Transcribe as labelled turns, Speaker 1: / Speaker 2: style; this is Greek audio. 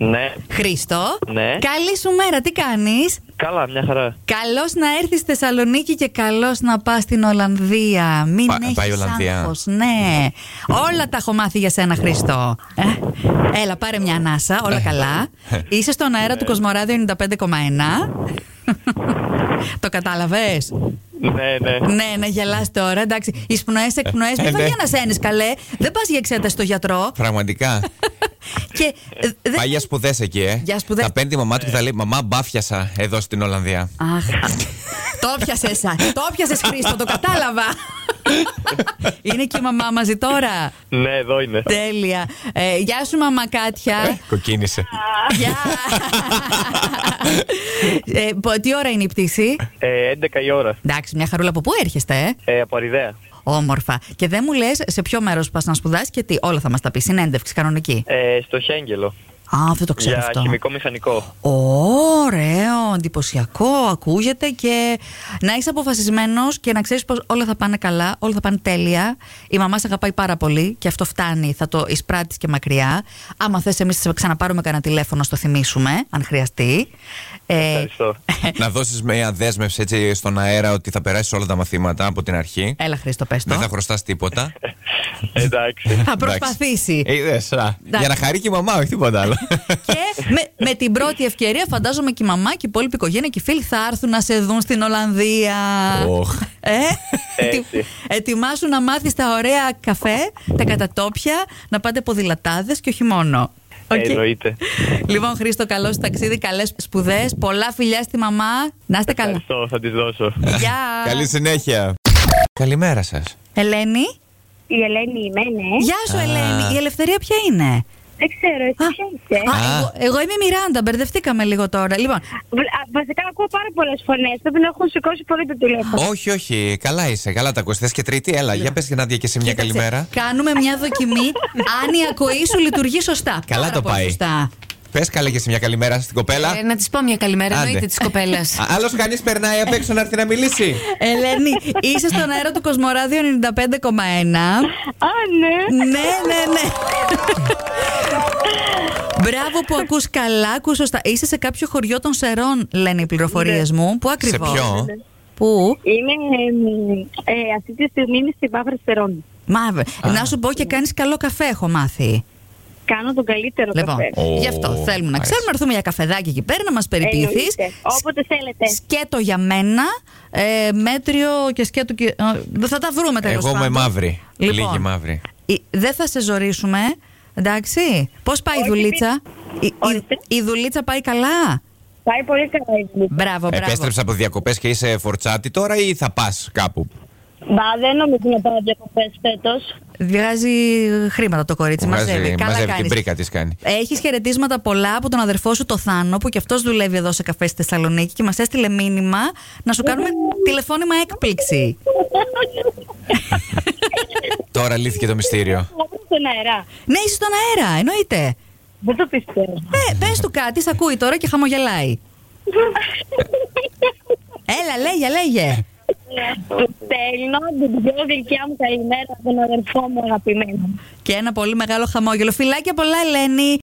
Speaker 1: Ναι,
Speaker 2: Χρήστο.
Speaker 1: Ναι.
Speaker 2: Καλή σου μέρα, τι κάνεις.
Speaker 1: καλά, μια χαρά.
Speaker 2: Καλώς να έρθεις στη Θεσσαλονίκη και καλώς να πας στην Ολλανδία. Μην
Speaker 3: Πα-
Speaker 2: έχεις
Speaker 3: πάει η Ολλανδία.
Speaker 2: άγχος. Ναι. Όλα τα έχω μάθει για σένα, Χρήστο. Ε, έλα, πάρε μια ανάσα.
Speaker 3: Ε.
Speaker 2: Όλα καλά. Είσαι στον αέρα του Κοσμοράδιο 95,1. Το κατάλαβες.
Speaker 1: Ναι, ναι.
Speaker 2: Ναι, να γελάς τώρα. Εντάξει. Οι σπνοέ, εκπνοές.
Speaker 3: Ε,
Speaker 2: Μην θα
Speaker 3: ναι.
Speaker 2: διανασένει καλέ. Δεν πας για εξέταση στο γιατρό.
Speaker 3: Πραγματικά.
Speaker 2: Και ε, δεν
Speaker 3: Πάει για σπουδές εκεί, ε.
Speaker 2: Για σπουδές.
Speaker 3: Θα παίρνει τη μαμά του και θα λέει Μαμά, μπάφιασα εδώ στην Ολλανδία.
Speaker 2: Αχ. το πιασε, το πιασε Χρήστο, το κατάλαβα. είναι και η μαμά μαζί τώρα.
Speaker 1: Ναι, εδώ είναι.
Speaker 2: Τέλεια. Ε, γεια σου, μαμά Κάτια.
Speaker 3: Κοκκίνησε.
Speaker 2: Γεια. ε, πο- τι ώρα είναι η πτήση.
Speaker 1: Ε, 11 η ώρα.
Speaker 2: Εντάξει, μια χαρούλα από πού έρχεστε, ε?
Speaker 1: Ε, από Αριδαία.
Speaker 2: Όμορφα. Και δεν μου λες σε ποιο μέρος πας να σπουδάσεις και τι. Όλα θα μας τα πεις. Συνέντευξη κανονική.
Speaker 1: Ε, στο Χέγγελο.
Speaker 2: Α, αυτό το ξέρω
Speaker 1: για
Speaker 2: αυτό.
Speaker 1: χημικό μηχανικό.
Speaker 2: Ωραίο, εντυπωσιακό, ακούγεται και να είσαι αποφασισμένος και να ξέρεις πως όλα θα πάνε καλά, όλα θα πάνε τέλεια. Η μαμά σε αγαπάει πάρα πολύ και αυτό φτάνει, θα το εισπράττεις και μακριά. Άμα θες, εμείς θα ξαναπάρουμε κανένα τηλέφωνο, στο θυμίσουμε, αν χρειαστεί. Ε,
Speaker 1: Ευχαριστώ.
Speaker 3: Να δώσεις μια δέσμευση έτσι στον αέρα ότι θα περάσει όλα τα μαθήματα από την αρχή.
Speaker 2: έλα, Χρήστο, πες το.
Speaker 3: Δεν θα χρωστάς τίποτα.
Speaker 1: Ναι, Ε, Εντάξει. Ε,
Speaker 2: Θα προσπαθήσει.
Speaker 3: Είδες, α. Για να χαρεί και η μαμά, όχι τίποτα άλλο.
Speaker 2: και με, με την πρώτη ευκαιρία, φαντάζομαι και η μαμά και η υπόλοιπη οικογένεια και οι φίλοι θα έρθουν να σε δουν στην Ολλανδία.
Speaker 3: Οχ.
Speaker 2: Ε,
Speaker 1: Έτσι.
Speaker 2: ετοι- ετοιμάσου να μάθεις τα ωραία καφέ, τα κατατόπια, να πάτε ποδηλατάδες και όχι μόνο. Οκ.
Speaker 1: Ε, Εννοείται.
Speaker 2: Λοιπόν, Χρήστο, καλό σου ταξίδι, καλές σπουδές, πολλά φιλιά στη μαμά. Να είστε καλά.
Speaker 1: Ευχαριστώ, θα της δώσω.
Speaker 2: Γεια.
Speaker 3: Καλή συνέχεια. Καλημέρα σας.
Speaker 2: Ελένη.
Speaker 4: Η Ελένη είμαι, ναι.
Speaker 2: Γεια σου,
Speaker 3: Α.
Speaker 2: Ελένη. Η ελευθερία ποια είναι.
Speaker 4: Δεν ξέρω, εσύ ποια είσαι.
Speaker 2: Α,
Speaker 3: Α.
Speaker 2: εγώ, εγώ είμαι η Μιράντα, μπερδευτήκαμε λίγο τώρα. Λοιπόν,
Speaker 4: Β- α, Βασικά ακούω πάρα πολλές φωνές. Πρέπει να έχουν σηκώσει πολύ το τηλέφωνο.
Speaker 3: όχι, όχι. Καλά είσαι. Καλά τα ακούς. Θες και τρίτη. Έλα, για πε και Νάντια και σε μια
Speaker 2: Κοίταξε,
Speaker 3: Ε, καλημέρα.
Speaker 2: Κάνουμε μια δοκιμή αν η ακοή σου λειτουργεί σωστά.
Speaker 3: Καλά
Speaker 2: Πάρα
Speaker 3: το
Speaker 2: πολύ
Speaker 3: πάει.
Speaker 2: Σωστά.
Speaker 3: Πες καλά και σε μια καλημέρα στην κοπέλα.
Speaker 5: Ε, να της πω μια καλημέρα,
Speaker 3: Άντε.
Speaker 5: εννοείται της κοπέλας.
Speaker 3: Άλλος κανείς περνάει απ' έξω να έρθει να μιλήσει.
Speaker 2: Ελένη, είσαι στον αέρα του Κοσμοράδιο 95,1.
Speaker 4: Α, ναι.
Speaker 2: ναι, ναι, ναι. Μπράβο που ακούς καλά, ακούς σωστά. Είσαι σε κάποιο χωριό των Σερών, λένε οι πληροφορίες
Speaker 4: Ναι.
Speaker 2: μου. Πού
Speaker 3: σε
Speaker 2: ακριβώς.
Speaker 3: ποιο.
Speaker 5: Ναι,
Speaker 2: Πού.
Speaker 4: Είμαι, εμ, ε, αυτή τη στιγμή είμαι στην Παύρα Στερών.
Speaker 2: Μαύρε. Να σου πω και κάνεις καλό καφέ, έχω μάθει.
Speaker 4: Κάνω τον καλύτερο
Speaker 2: Λοιπόν,
Speaker 4: καφέ.
Speaker 3: Ω,
Speaker 2: γι' αυτό θέλουμε να
Speaker 3: αρέσει.
Speaker 2: ξέρουμε. Να έρθουμε για καφεδάκι εκεί πέρα, να μας περιποιηθείς.
Speaker 4: Εννοείται. Όποτε θέλετε.
Speaker 2: σκέτο για μένα, ε, μέτριο και σκέτο. Και, ε, δεν θα τα βρούμε τέλος
Speaker 3: Εγώ είμαι μαύρη.
Speaker 5: Λοιπόν.
Speaker 3: Λίγη μαύρη.
Speaker 2: Δεν θα σε ζωρίσουμε. Εντάξει. Πώς πάει η
Speaker 4: Όχι,
Speaker 2: δουλίτσα, η, η,
Speaker 4: Ορίστε.
Speaker 2: η δουλίτσα πάει καλά.
Speaker 4: Πάει πολύ καλά η δουλειά.
Speaker 2: Μπράβο, μπράβο.
Speaker 3: Επέστρεψα από διακοπές και είσαι φορτσάτη τώρα ή θα πας κάπου.
Speaker 4: Μπα, δεν νομίζω να πάω διακοπές φέτος.
Speaker 2: Βγάζει χρήματα το κορίτσι,
Speaker 3: Βγάζει-
Speaker 2: μαζεύει. Καλά
Speaker 3: μαζεύει την
Speaker 2: κάνεις.
Speaker 3: πρίκα της κάνει.
Speaker 2: Έχεις χαιρετίσματα πολλά από τον αδερφό σου, το Θάνο, που και αυτός δουλεύει εδώ σε καφέ στη Θεσσαλονίκη και μας έστειλε μήνυμα να σου κάνουμε τηλεφώνημα έκπληξη.
Speaker 3: Τώρα λύθηκε το μυστήριο.
Speaker 4: Στον αερά.
Speaker 2: Ναι, είσαι στον αέρα, εννοείται.
Speaker 4: Δεν το πιστεύω.
Speaker 2: Ε, πες του κάτι, σ' ακούει τώρα και χαμογελάει. Έλα, λέγε, λέγε.
Speaker 4: Του στέλνω την πιο γλυκιά μου καλημέρα στον αδερφό μου αγαπημένο.
Speaker 2: Και ένα πολύ μεγάλο χαμόγελο. Φιλάκια πολλά, Ελένη.